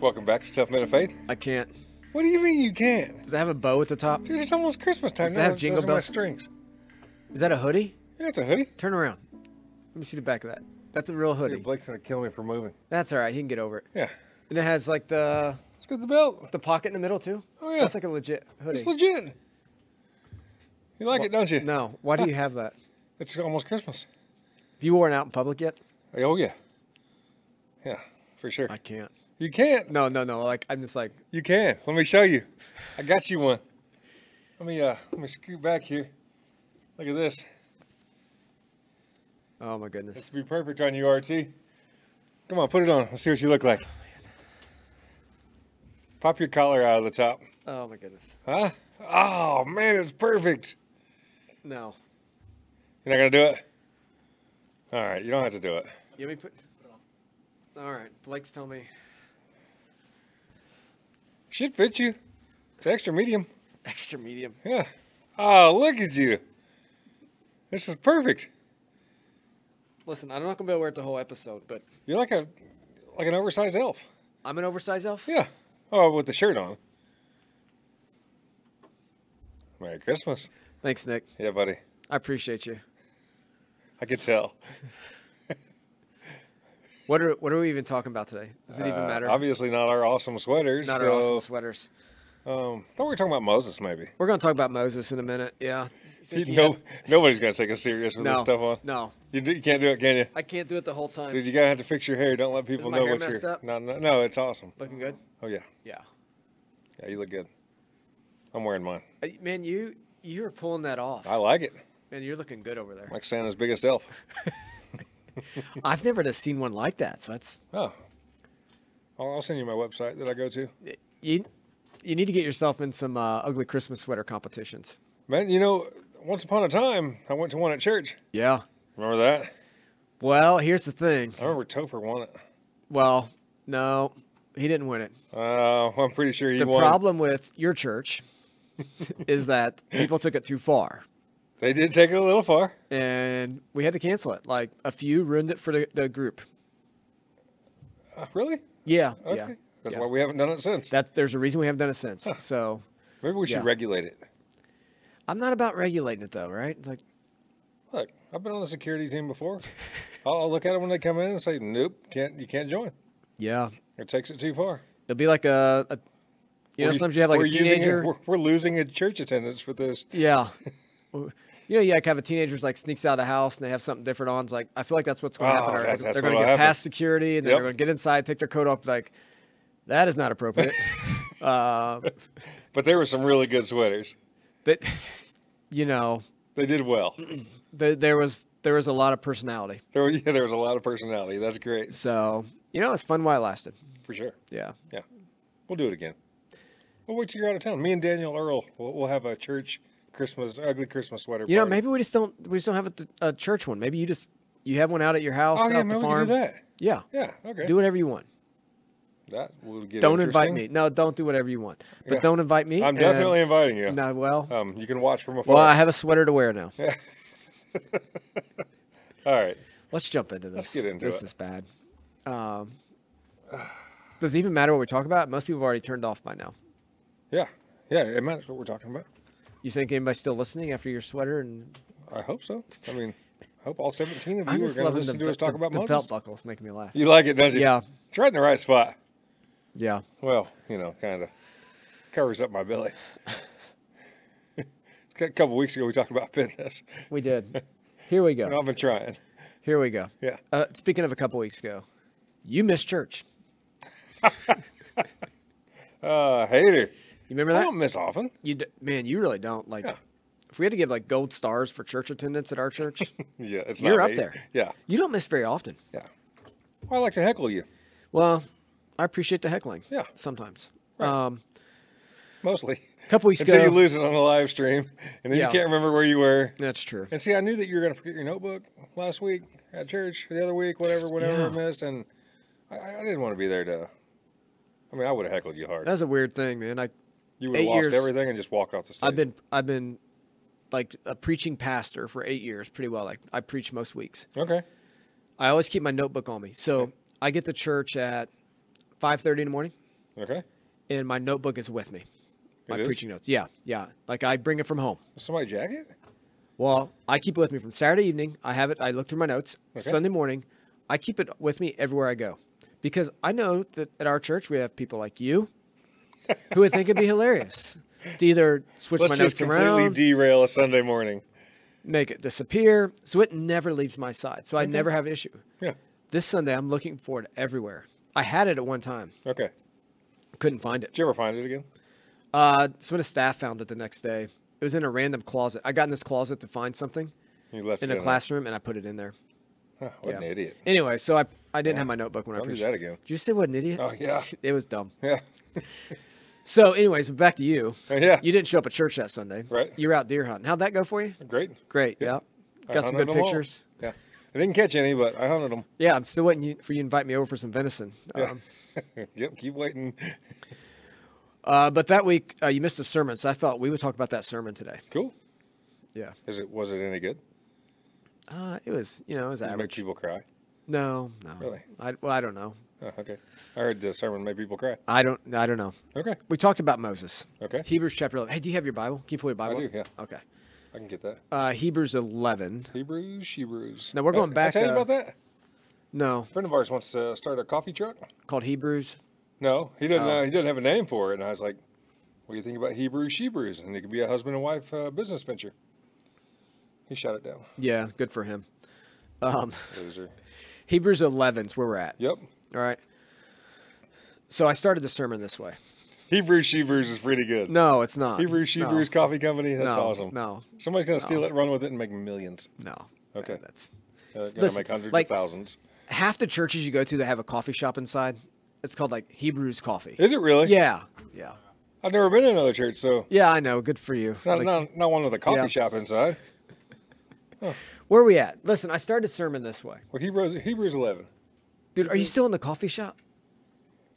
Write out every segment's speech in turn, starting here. Welcome back to Tough Men of Faith. I can't. What do you mean you can't? Does it have a bow at the top? Dude, it's almost Christmas time. Does it have Those- jingle those are my bells? strings. Is that a hoodie? Yeah, it's a hoodie. Turn around. Let me see the back of that. That's a real Dude, hoodie. Blake's gonna kill me for moving. That's all right. He can get over it. Yeah. And it has like the Let's get the belt. the pocket in the middle too. Oh yeah. That's like a legit hoodie. it's legit. You like it, don't you? No. Why do you have that? It's almost Christmas. Have you worn out in public yet? Oh yeah. Yeah, for sure. I can't. You can't. No, no, no. Like I'm just like You can. Let me show you. I got you one. Let me uh let me scoot back here. Look at this. oh my goodness. This would be perfect on you, RT. Come on, put it on. Let's see what you look like. Pop your collar out of the top. Oh my goodness. Huh? Oh man, it's perfect. No. You're not gonna do it? Alright, you don't have to do it. You let me put. All right. Blake's telling me Should fit you. It's extra medium. extra medium. Yeah. Oh, look at you. This is perfect. Listen, I'm not gonna be able to wear it the whole episode, but You're like a like an oversized elf. I'm an oversized elf. Yeah. Oh, with the shirt on. Merry Christmas. Thanks, Nick. Yeah, buddy. I appreciate you. I could tell. What are what are we even talking about today? Does it even Uh, matter? Obviously, not our awesome sweaters. Not so, our awesome sweaters. Um, thought we were talking about Moses, maybe. We're gonna talk about Moses in a minute. Yeah. He- no, nobody's gonna take us serious with this No. stuff on. No, You, do, you can't do it, can you? I can't do it the whole time. Dude, you gotta have to fix your hair. Don't let people my know hair what's messed your. up? No, no, no, it's awesome. Looking good. Oh yeah, Yeah. yeah, you look good. I'm wearing mine. Uh, Man, you you're pulling that off. I like it. Man, you're looking good over there. Like Santa's biggest elf. I've never just seen one like that. So that's Oh, I'll, I'll send you my website that I go to. you. You need to get yourself in some uh, ugly Christmas sweater competitions. Man, you know, once upon a time, I went to one at church. Yeah. Remember that? Well, here's the thing. I remember Topher won it. Well, no, he didn't win it. Uh, I'm pretty sure he the won. problem with your church is that people took it too far, They did take it a little far. and we had to cancel it. Like a few ruined it for the, the group. Uh, really? Yeah, Okay. yeah. That's yeah. why we haven't done it since. That there's a reason we haven't done it since. So Maybe we should yeah. regulate it. I'm not about regulating it though, right? It's like Look, I've been on the security team before. I'll, I'll look at them when they come in and say, "Nope, can't you can't join. yeah, It takes it too far." there'll be like a, a you know We're- sometimes you have like we're a using it- teenager. we're, we're losing a church attendance for this. yeah. Or- You know, you like have a teenager's like sneaks out of the house and they have something different on. It's like I feel like that's what's going to happen. Oh, Or that's- they're that's going to what'll get happen. past security and then Yep. they're going to get inside, take their coat off. Like that is not appropriate. uh, But there were some really good sweaters. but you know, They did well. th there was there was a lot of personality. There, were, yeah, there was a lot of personality. That's great So you know, it's fun while it lasted. for sure. Yeah. We'll do it again. We'll wait till you're out of town. Me and Daniel Earl, we'll, we'll have a church Christmas ugly Christmas sweater. You know, party. maybe we just don't we just don't have a, th- a church one. Maybe you just you have one out at your house, Oh out yeah, at maybe the we can do farm. that. Yeah, Yeah. Okay. do whatever you want. that will get. don't invite interesting. me. No, don't do whatever you want. But Yeah. don't invite me. I'm and- definitely inviting you. No, well, Um, you can watch from afar. well, I have a sweater to wear now. All right. Let's jump into this. Let's get into this it. is bad. Um, does it even matter what we talk about? Most people have already turned off by now. Yeah. Yeah. It matters what we're talking about. You think anybody's still listening after your sweater? And I hope so. I mean, I hope all 17 of I'm you are just going to loving the, listen to be- us talk the- about the Moses. belt buckle. It's making me laugh. You like it, don't you? Yeah, It's right in the right spot. yeah. Well, you know, kind of covers up my belly. A couple weeks ago, we talked about fitness. We did. Here we go. And I've been trying. Here we go. Yeah. Uh, speaking of a couple weeks ago, you missed church. Uh, hater. You remember I that? don't miss often. You d- man, you really don't like. Oh, Yeah. If we had to give like gold stars for church attendance at our church, Yeah, it's You're not up me. there. Yeah. you don't miss very often. Well, I like to heckle you, Well, I appreciate the heckling. Yeah. Sometimes. Right. Um, mostly. a couple weeks Until ago. you lose it on the live stream, and then Yeah. you can't remember where you were. that's true. And see, I knew that you were going to forget your notebook last week at church, the other week, whatever, whatever I Yeah. missed, and I, I didn't want to be there to. I mean, I would have heckled you hard. That was a weird thing, man. I you would have eight lost years- everything and just walked off the stage. I've been I've been like a preaching pastor for eight years, pretty well. Like I preach most weeks. okay. I always keep my notebook on me, so I get to church at five thirty in the morning. Okay. and my notebook is with me. My It is? preaching notes. Yeah, yeah. Like I bring it from home. Somebody jacket? Well, I keep it with me from Saturday evening. I have it. I look through my notes. Okay. Sunday morning, I keep it with me everywhere I go, because I know that at our church we have people like you, who would think it'd be hilarious to either switch Let's my just notes completely around, derail a Sunday morning. make it disappear, so it never leaves my side. So I never have an issue. Yeah. This Sunday, I'm looking for it everywhere. I had it at one time, Okay. couldn't find it. Did you ever find it again? Uh, some of the staff found it the next day. It was in a random closet. I got in this closet to find something You left in it a there. classroom, and I put it in there. Huh, what an Yeah. idiot. Anyway, so I I didn't Yeah. have my notebook when I Don't do preached. that again. Did you say what an idiot? Oh, yeah. it was dumb. Yeah. oh, So, anyways, back to you. Yeah. You didn't show up at church that Sunday. Right. You were out deer hunting. How'd that go for you? Great. Great. Yeah. Yeah. I Got some hunted good 'em all. pictures. Yeah. I didn't catch any, but I hunted them. Yeah, I'm still waiting you- for you to invite me over for some venison. Yeah. Um, yep. Keep waiting. uh, but that week uh, you missed a sermon, so I thought we would talk about that sermon today. Cool. Yeah. Is it? Was it any good? Uh, it was, you know, it was Did it Make average. people cry. No, no. Really? I, well, I don't know. Oh, okay. I heard the sermon made people cry. I don't. I don't know. Okay. We talked about Moses. Okay. Hebrews chapter 11. Hey, do you have your Bible? Can you pull your Bible? do, up? yeah. Okay. I can get that. Uh, Hebrews 11. Hebrews. Hebrews. Now, we're Oh, going back, I tell you uh, about that. No, A friend of ours wants to start a coffee truck. called Hebrews. No, he doesn't. Oh. Uh, he doesn't have a name for it. And I was like, "What do you think about Hebrews Shebrews?" And it could be a husband and wife uh, business venture. He shot it down. Yeah, good for him. Um, Loser. Hebrews 11 is where we're at. Yep. All right. So I started the sermon this way. Hebrews Shebrews is pretty good. No, it's not. Hebrews No, Shebrews Coffee Company. No, That's awesome. No, Somebody's gonna steal No. it, run with it, and make millions. no. Okay. Uh, That's Uh, gonna Listen, make hundreds like- of thousands. half the churches you go to that have a coffee shop inside. It's called like Hebrews Coffee. Is it really? Yeah. Yeah. I've never been in another church, so Yeah, I know. Good for you. not Like, not, not one with a coffee Yeah. shop inside. Where are we at? Listen, I started a sermon this way. Well, Hebrews Hebrews eleven. Dude, are you still in the coffee shop?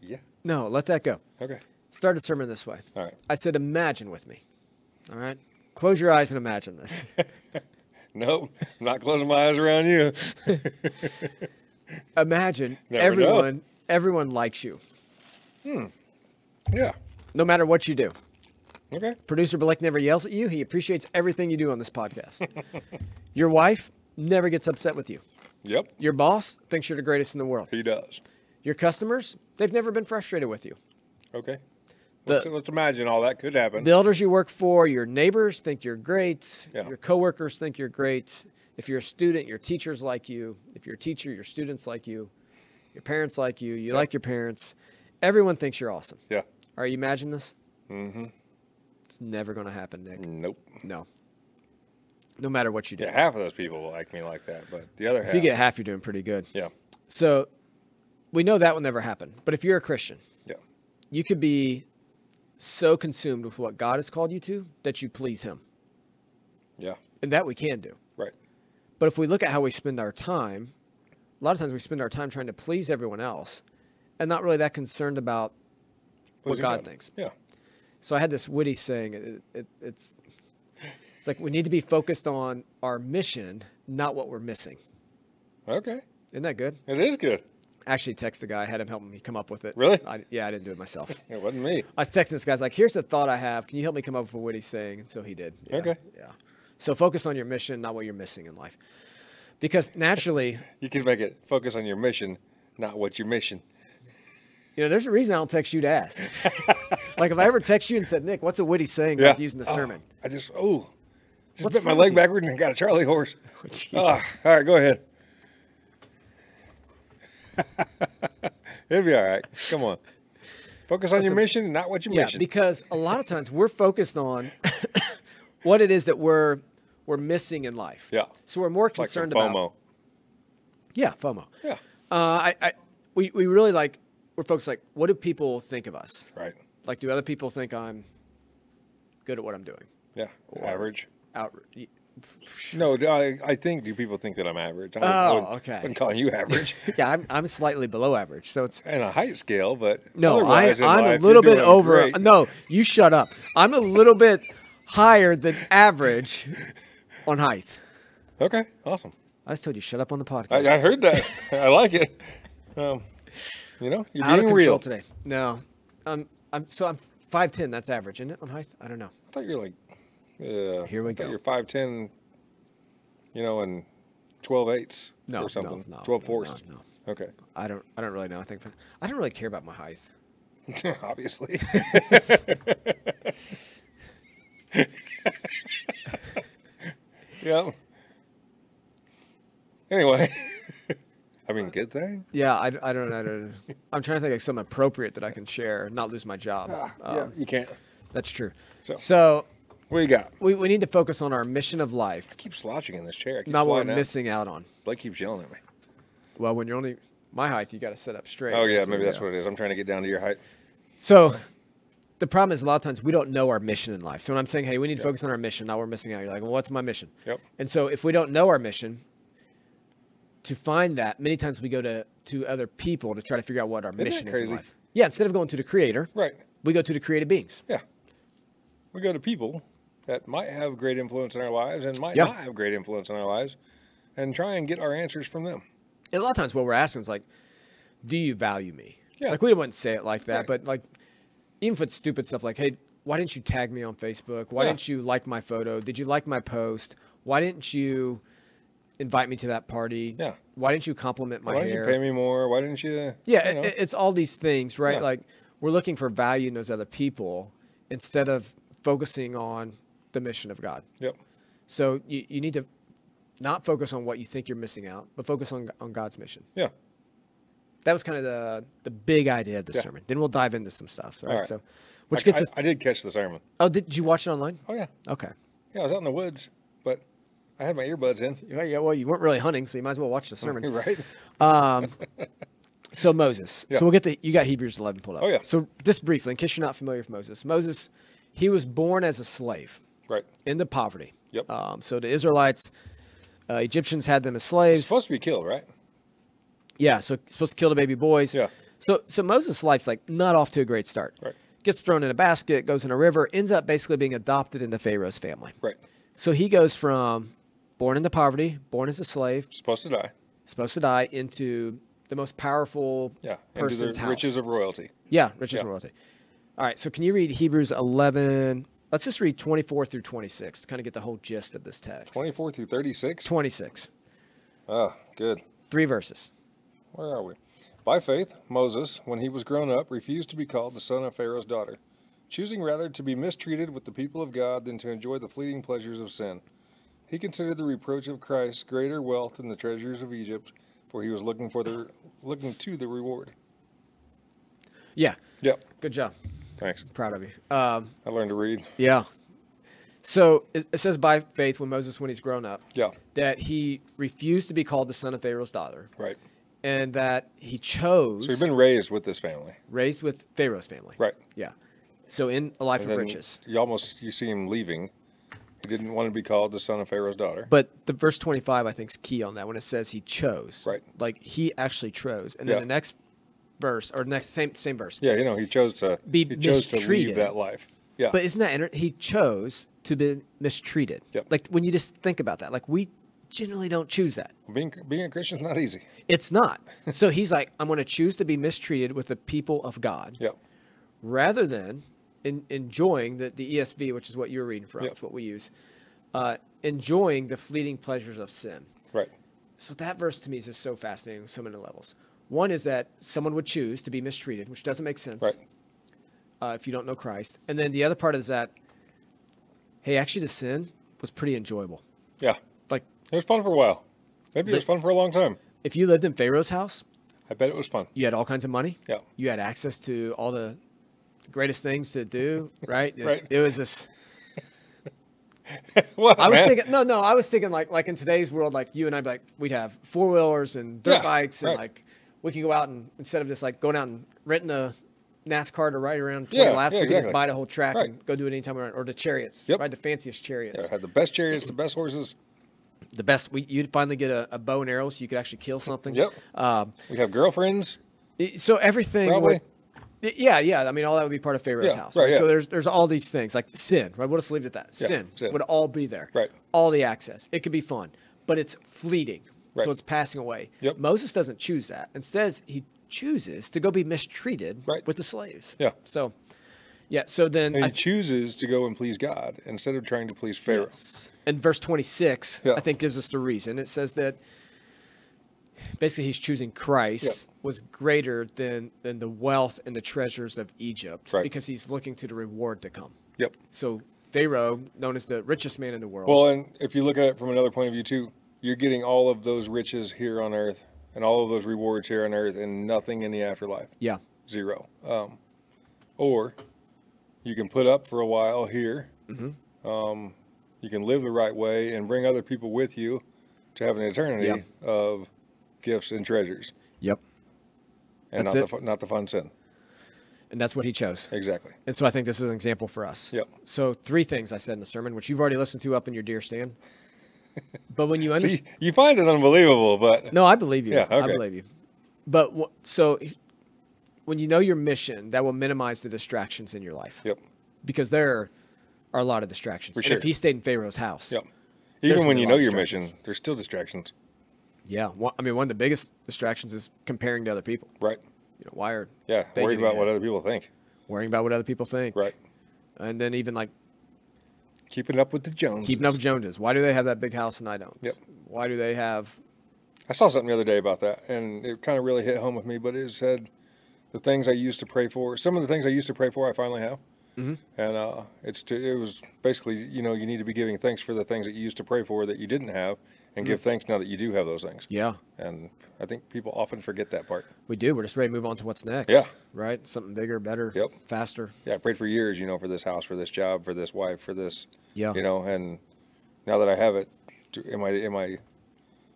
Yeah. No, let that go. Okay. Start a sermon this way. All right. I said, imagine with me. All right? Close your eyes and imagine this. Nope. I'm not closing my eyes around you. Imagine Never know. everyone everyone likes you, yeah. no matter what you do. Okay. Producer Blake never yells at you. He appreciates everything you do on this podcast. your wife never gets upset with you. Yep. Your boss thinks you're the greatest in the world. He does. Your customers, they've never been frustrated with you. Okay. The- let's, let's imagine all that could happen. The elders you work for, your neighbors think you're great. Yeah. Your coworkers think you're great. If you're a student, your teachers like you. If you're a teacher, your students like you. Your parents like you. You like your parents. Everyone thinks you're awesome. yeah. Are you imagine this? Mm-hmm. It's never going to happen, Nick. Nope. No. No matter what you do. Yeah. Half of those people will like me like that, but the other half. If you get half, you're doing pretty good. yeah. So we know that will never happen. But if you're a Christian, Yeah. you could be so consumed with what God has called you to that you please Him. Yeah. And that we can do. Right. But if we look at how we spend our time, a lot of times we spend our time trying to please everyone else and not really that concerned about what Pleasing God, thinks. Yeah. So I had this witty saying it, it, it's it's like we need to be focused on our mission, not what we're missing. Okay. Isn't that good? It is good. Actually, text the guy, had him help me come up with it. Really? I, yeah, I didn't do it myself. It wasn't me. I was texting this guy's like, "Here's a thought I have. Can you help me come up with what he's saying?" And so he did. Yeah, Okay. Yeah. So focus on your mission, not what you're missing in life, because naturally, You can make it focus on your mission, not what you mission. you know, there's a reason I don't text you to ask. like if I ever text you and said, "Nick, what's a witty saying?" Yeah. Like using a Oh, sermon. I just oh, just What's bit my wrong with leg you? Oh, backward and got a Charlie horse. Jeez. Ah, all right, go ahead. It'll be all right. Come on. Focus on your mission, not what you yeah, mission. because a lot of times we're focused on what it is that we're we're missing in life. Yeah. So we're more It's like some concerned FOMO. about yeah FOMO. Yeah. Uh, I, I we we really like we're focused like what do people think of us? Right. Like, do other people think I'm good at what I'm doing? Yeah. Or- average. Out. y- No, do I, I think do people think that I'm average? I Oh, wouldn't- okay. Wouldn't call you average Yeah, I'm, I'm slightly below average, so it's in a height scale, but no. I, otherwise in I'm life, a little you're bit doing over. great. No, you shut up. I'm a little bit higher than average on height. Okay. Awesome. I just told you shut up on the podcast. I, I heard that. I like it. Um, you know, you're Out of being control real. today. No, um, I'm so I'm five ten. That's average, isn't it? On height, I don't know. I thought you were like, yeah. Here we I thought go. You're five ten, you know, and twelve eighths No, or something. no, no, twelve no, fourths. No, no. Okay, I don't. I don't really know. I think I don't really care about my height. obviously. yeah. Anyway, I mean, good thing. Yeah, I, I don't know. I don't, I'm trying to think of something appropriate that I can share, and not lose my job. Ah, Um, yeah, you can't. That's true. So- So, What you got? we, we need to focus on our mission of life, keep slouching in this chair. I keep not what sliding we're out. missing out on. Blake keeps yelling at me. Well, when you're only my height, you got to sit up straight. Oh yeah, So, maybe that's what it is. I'm trying to get down to your height. So, the problem is a lot of times we don't know our mission in life. So when I'm saying, hey, we need to focus on our mission, now we're missing out. You're like, well, what's my mission? Yep. And so if we don't know our mission, to find that, many times we go to to other people to try to figure out what our that mission is crazy? in life. Yeah, instead of going to the creator, Right. we go to the creative beings. Yeah. We go to people that might have great influence in our lives and might Yeah. not have great influence in our lives, and try and get our answers from them. And a lot of times what we're asking is like, do you value me? Yeah. Like we wouldn't say it like that, Right. but like even if it's stupid stuff like, hey, why didn't you tag me on Facebook? Why Yeah. didn't you like my photo? Did you like my post? Why didn't you invite me to that party? Yeah. Why didn't you compliment my Why hair? didn't you pay me more? Why didn't you? Yeah, you know, it, it's all these things, right? Yeah. Like we're looking for value in those other people instead of focusing on the mission of God. yep. So you, you need to not focus on what you think you're missing out, but focus on on God's mission. Yeah. That was kind of the the big idea of the Yeah. sermon. Then we'll dive into some stuff, right? All right. So, which I, gets I- us. I did catch the sermon. Oh, did you watch it online? Oh yeah. Okay. Yeah, I was out in the woods, but I had my earbuds in. Yeah, yeah. Well, you weren't really hunting, so you might as well watch the sermon. right. Um, so Moses. Yeah. So we'll get the you got Hebrews eleven pulled up. Oh, yeah. So just briefly, in case you're not familiar with Moses, Moses, he was born as a slave Right. into poverty. Yep. Um, so the Israelites, uh, Egyptians had them as He's slaves. supposed to be killed, right? yeah. So supposed to kill the baby boys. Yeah. So so Moses' life's like not off to a great start. Right. Gets thrown in a basket, goes in a river, ends up basically being adopted into Pharaoh's family. Right. So he goes from born into poverty, born as a slave, Supposed to die. supposed to die, into the most powerful Yeah. Into person's the house. riches of royalty. Yeah, riches Yeah. and royalty. All right, so can you read Hebrews 11? Let's just read 24 through 26 to kind of get the whole gist of this text. 24 through 36. 26, Ah, good. three verses. Where are we? By faith, Moses, when he was grown up, refused to be called the son of Pharaoh's daughter, choosing rather to be mistreated with the people of God than to enjoy the fleeting pleasures of sin. He considered the reproach of Christ greater wealth than the treasures of Egypt, for he was looking for the looking to the reward. Yeah, Yep. good job. Thanks. Proud of you. Um, I learned to read. yeah. So it, it says by faith when Moses, when he's grown up, Yeah. that he refused to be called the son of Pharaoh's daughter, Right. and that he chose So you've been raised with this family. raised with Pharaoh's family. Right. Yeah. So in a life And of then riches. You almost you see him leaving. He didn't want to be called the son of Pharaoh's daughter. But the verse 25, I think, is key on that when it says he chose. Right. Like he actually chose. And then Yeah. the next verse, or next same same verse. yeah, you know, he chose to Be he chose to leave mistreated. that life. Yeah. But isn't that inter- he chose to be mistreated? Yep. Like when you just think about that, like we generally don't choose that. being being a Christian's not easy. It's not. so he's like, I'm going to choose to be mistreated with the people of God Yep. rather than in, enjoying the, the ESV, which is what you were reading from, Yep. it's what we use, uh, enjoying the fleeting pleasures of sin. Right. So that verse to me is just so fascinating on so many levels. One is that someone would choose to be mistreated, which doesn't make sense Right. uh, if you don't know Christ. And then the other part is that, hey, actually the sin was pretty enjoyable. Yeah. Like It was fun for a while. Maybe it The- was fun for a long time. if you lived in Pharaoh's house, I bet it was fun. you had all kinds of money. Yeah. You had access to all the greatest things to do, right? It- Right. It, was just. Well, I was man. thinking, no, no, I was thinking like, like in today's world, like you and I, like we'd have four wheelers and dirt Yeah, bikes, and right. like we could go out and instead of just like going out and renting a NASCAR to ride around 20 Yeah, laps, yeah, we could exactly. just buy the whole track Right. and go do it anytime we want, or the chariots, Yep. ride the fanciest Yeah, chariots, had the best chariots, the best horses. the best. We, you'd finally get a, a bow and arrow, so you could actually kill something. Yep. Um, We'd have girlfriends. I- So everything Probably. would- Y- yeah, yeah. I mean, all that would be part of Pharaoh's Yeah, house. right, Right, yeah. So there's there's all these things like sin. Right. We'll just leave it at that. Yeah, Sin, sin. would all be there. Right. All the access. It could be fun, but it's fleeting. Right. So it's passing away. Yep. Moses doesn't choose that. Instead, he chooses to go be mistreated Right. with the slaves. Yeah. So, yeah. So then, And I he chooses to go and please God instead of trying to please Pharaoh. Yes. And verse 26, Yeah. I think, gives us the reason. It says that basically he's choosing Christ was greater than, than the wealth and the treasures of Egypt Right. because he's looking to the reward to come. Yep. So Pharaoh, known as the richest man in the world, Well, and if you look at it from another point of view too, you're getting all of those riches here on earth and all of those rewards here on earth and nothing in the afterlife. yeah, Zero. Um, or you can put up for a while here. Mhm. Um, you can live the right way and bring other people with you to have an eternity of gifts and treasures. Yep. And That's not it. the fu- not the fun sin. and that's what he chose. Exactly. And so I think this is an example for us. Yep. So three things I said in the sermon, which you've already listened to up in your deer stand. But when you understand, See, you find it unbelievable, but No, I believe you. Yeah, I okay. believe you. But wh- so when you know your mission, that will minimize the distractions in your life. Yep. Because there are a lot of distractions. For and if sure. he stayed in Pharaoh's house, Yep. There's even when gonna be you a know lot of your mission, distractions. there's still distractions, yeah. One, I mean, one of the biggest distractions is comparing to other people. right? You know, why are Yeah, They worried getting about what it. other people think, worrying about what other people think? right? And then even like Keeping up with the Joneses. keeping up with Joneses. Why do they have that big house and I don't? Yep. Why do they have? I saw something the other day about that, and it kind of really hit home with me. But it said the things I used to pray for. Some of the things I used to pray for, I finally have. Mhm. And uh, it's to, it was basically you know you need to be giving thanks for the things that you used to pray for that you didn't have, and give Mm-hmm. thanks now that you do have those things. Yeah, And I think people often forget that part. we do. We're just ready to move on to what's next. Yeah. Right. Something bigger, better, Yep. faster. Yeah, I prayed for years, you know, for this house, for this job, for this wife, for this Yeah. you know and now that i have it do, am i am i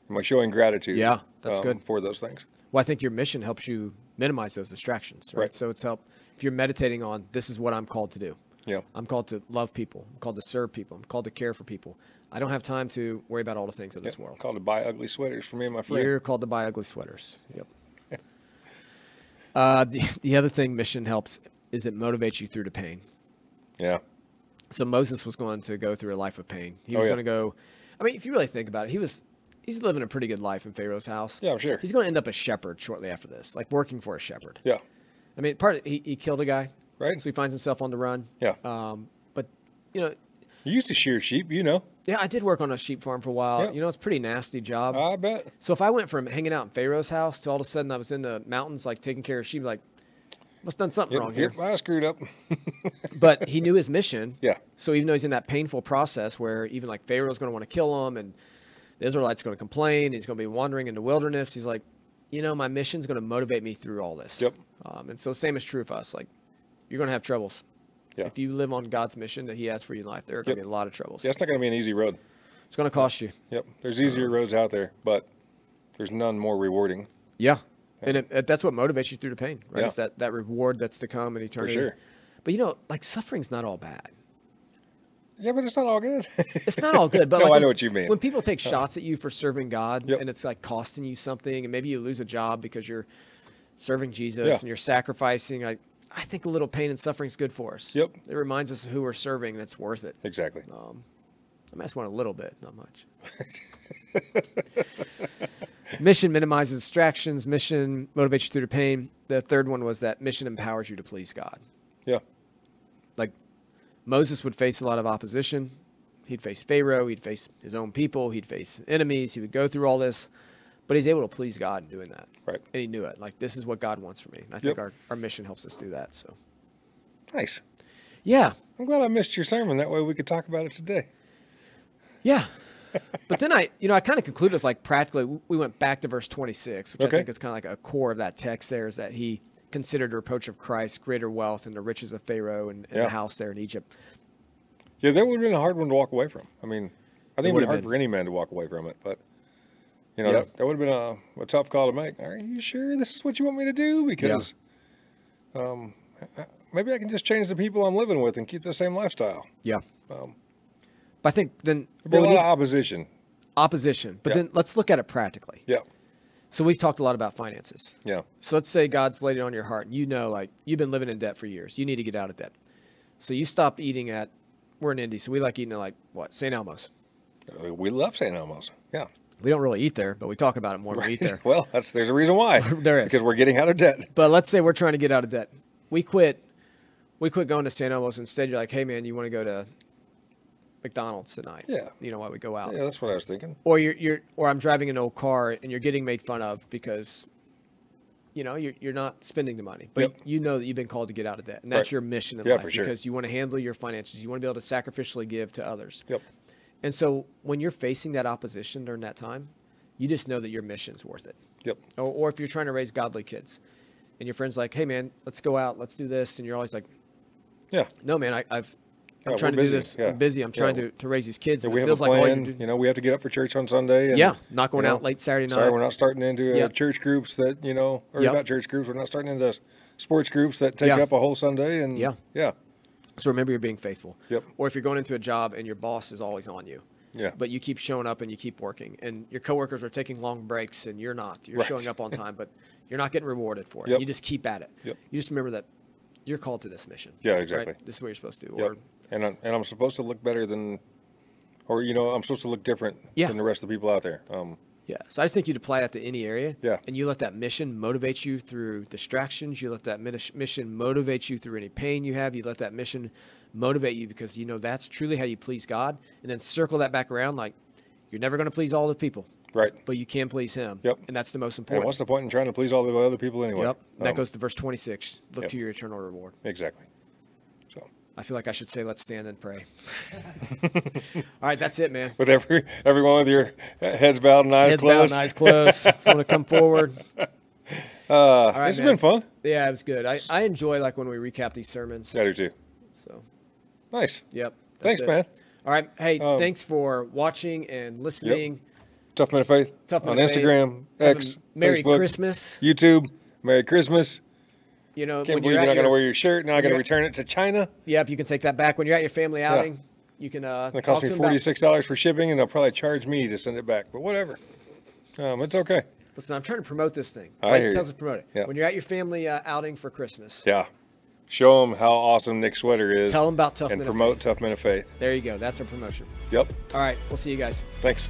am i showing gratitude um, Yeah, that's good. for those things Well, I think your mission helps you minimize those distractions, right? Right. So it's help if you're meditating on this is what I'm called to do. yeah I'm called to love people. I'm called to serve people. I'm called to care for people. I don't have time to worry about all the things of this Yeah, world. called to buy ugly sweaters for me and my friend You're called to buy ugly sweaters. Yep. uh, the, the other thing mission helps is it motivates you through the pain. yeah So Moses was going to go through a life of pain. He Oh, was yeah. going to go. I mean, if you really think about it, he was he's living a pretty good life in Pharaoh's house. yeah i'm sure He's going to end up a shepherd shortly after this, like working for a shepherd. yeah I mean, part of, he, he killed a guy, Right. So he finds himself on the run. yeah Um, but you know, you used to shear sheep you know yeah, I did work on a sheep farm for a while. Yeah. Uh, You know, it's a pretty nasty job. i bet so if I went from hanging out in Pharaoh's house to all of a sudden I was in the mountains, like taking care of sheep, like must done something yep, wrong yep, here. i screwed up but he knew his mission. yeah So even though he's in that painful process where even like Pharaoh's going to want to kill him and the Israelites going to complain, he's going to be wandering in the wilderness. He's like, you know, my mission's going to motivate me through all this. Yep. Um, and so same is true of us. Like, you're going to have troubles. Yeah. If you live on God's mission that He has for you in life, there are going to Yep. be a lot of troubles. yeah it's not going to be an easy road It's going to cost you. yep there's Uh-huh. easier roads out there but there's none more rewarding Yeah. And it, it- that's what motivates you through the pain, right? Yeah. It's that, that reward that's to come in eternity. sure. But you know, like suffering's not all bad. yeah but it's not all good It's not all good, but No, like I when- know what you mean. When people take shots at you for serving God, Yep. and it's like costing you something, and maybe you lose a job because you're serving Jesus Yeah. and you're sacrificing, I, I think a little pain and suffering is good for us. Yep. It reminds us of who we're serving, and it's worth it. exactly Um, I mean, I just want a little bit, not much. mission minimizes distractions. Mission motivates you through the pain. The third one was that mission empowers you to please God. yeah Like Moses would face a lot of opposition. He'd face Pharaoh. He'd face his own people. He'd face enemies. He would go through all this, but he's able to please God in doing that. right And he knew it. Like this is what God wants for me. And I Yep. think our, our mission helps us do that. So nice yeah, i'm glad i missed your sermon that way we could talk about it today Yeah. but then I, you know, I kind of concluded with like practically, w- we went back to verse 26, which Okay. I think is kind of like a core of that text there is that he considered the reproach of Christ greater wealth and the riches of Pharaoh and, and Yeah. the house there in Egypt. Yeah, that would have been a hard one to walk away from. I mean, I think it would would've be hard been. for any man to walk away from it, but you know, Yeah. that, that would have been a, a tough call to make. Are you sure this is what you want me to do? Because um, maybe I can just change the people I'm living with and keep the same lifestyle. Yeah. Um, But I think then there'd be well, a we lot need of opposition. opposition, but Yeah. then let's look at it practically. Yeah, So we've talked a lot about finances. yeah, So let's say God's laid it on your heart and you know, like you've been living in debt for years. You need to get out of debt. So you stop eating at, we're in Indy. So we like eating at like what? St. Elmo's. Uh, we love St. Elmo's. Yeah, We don't really eat there, but we talk about it more when we eat there. Well, that's there's a reason why. There is. because we're getting out of debt. But let's say we're trying to get out of debt. We quit. We quit going to San Elmo's. Instead, you're like, hey man, you want to go to McDonald's tonight? Yeah. You know why we go out? Yeah, that's what I was thinking. Or you're you're or I'm driving an old car and you're getting made fun of because. You know, you're, you're not spending the money, but Yep. you know that you've been called to get out of debt, and that's Right. your mission in Yeah, life for sure. because you want to handle your finances. You want to be able to sacrificially give to others. Yep. And so when you're facing that opposition during that time, you just know that your mission's worth it. Yep. Or, or if you're trying to raise godly kids and your friend's like, hey, man, let's go out, let's do this. And you're always like, Yeah. no, man, I, I've, I'm Yeah, trying to we're do busy. this. Yeah. I'm busy. I'm Yeah, trying we- to, to raise these kids. Yeah, and we it have a feels like all plan. you do. you know, we have to get up for church on Sunday. And, yeah. Not going you know, out late Saturday night. Sorry, we're not starting into uh, Yep. church groups that you know, or Yep. not church groups. We're not starting into s- sports groups that take Yeah. up a whole Sunday. And Yeah. yeah, So remember you're being faithful. Yep. Or if you're going into a job and your boss is always on you. Yeah. But you keep showing up and you keep working and your coworkers are taking long breaks and you're not. You're Right. showing up on time, but you're not getting rewarded for it. Yep. You just keep at it. Yep. You just remember that you're called to this mission. Yeah, exactly. This is what you're supposed to do. Yep. Or and I'm, and I'm supposed to look better than, or you know, I'm supposed to look different Yeah. than the rest of the people out there. Um, yeah. So I just think you'd apply that to any area. Yeah. And you let that mission motivate you through distractions. You let that minis- mission motivate you through any pain you have. You let that mission motivate you because you know that's truly how you please God. And then circle that back around like you're never going to please all the people. right. but you can please him. Yep. And that's the most And important. what's the point in trying to please all the other people anyway? Yep. And that Um, goes to verse 26. Look yep. to your eternal reward. exactly. So I feel like I should say, let's stand and pray. All right, that's it, man. with every everyone with your heads bowed and eyes Heads closed. down, eyes closed. if you want to come forward? Uh, right, this has man. been fun. Yeah, it was good. I, I enjoy like when we recap these sermons. Yeah, I do too. So, Nice. yep. that's Thanks, it. man. All right. Hey, Um, thanks for watching and listening. Tough Men of Faith Tough on Men of Faith. Instagram, Have a X, Merry Facebook, Christmas. YouTube. Merry Christmas. You know, Can't when believe you're you're not at going to your- wear your shirt. Now I got to you're- return it to China. Yep, you can take that back. When you're at your family outing, you can uh, And it talk cost to me them about $46 for shipping, and they'll probably charge me to send it back, but whatever. Um, it's okay. Listen, I'm trying to promote this thing. I Blake hear you. tells us to promote it. Yeah. When you're at your family uh, outing for Christmas, Yeah. Show them how awesome Nick's sweater is tell them about Tough and Men of promote Faith. Tough Men of Faith. There you go. That's our promotion. Yep. All right. We'll see you guys. Thanks.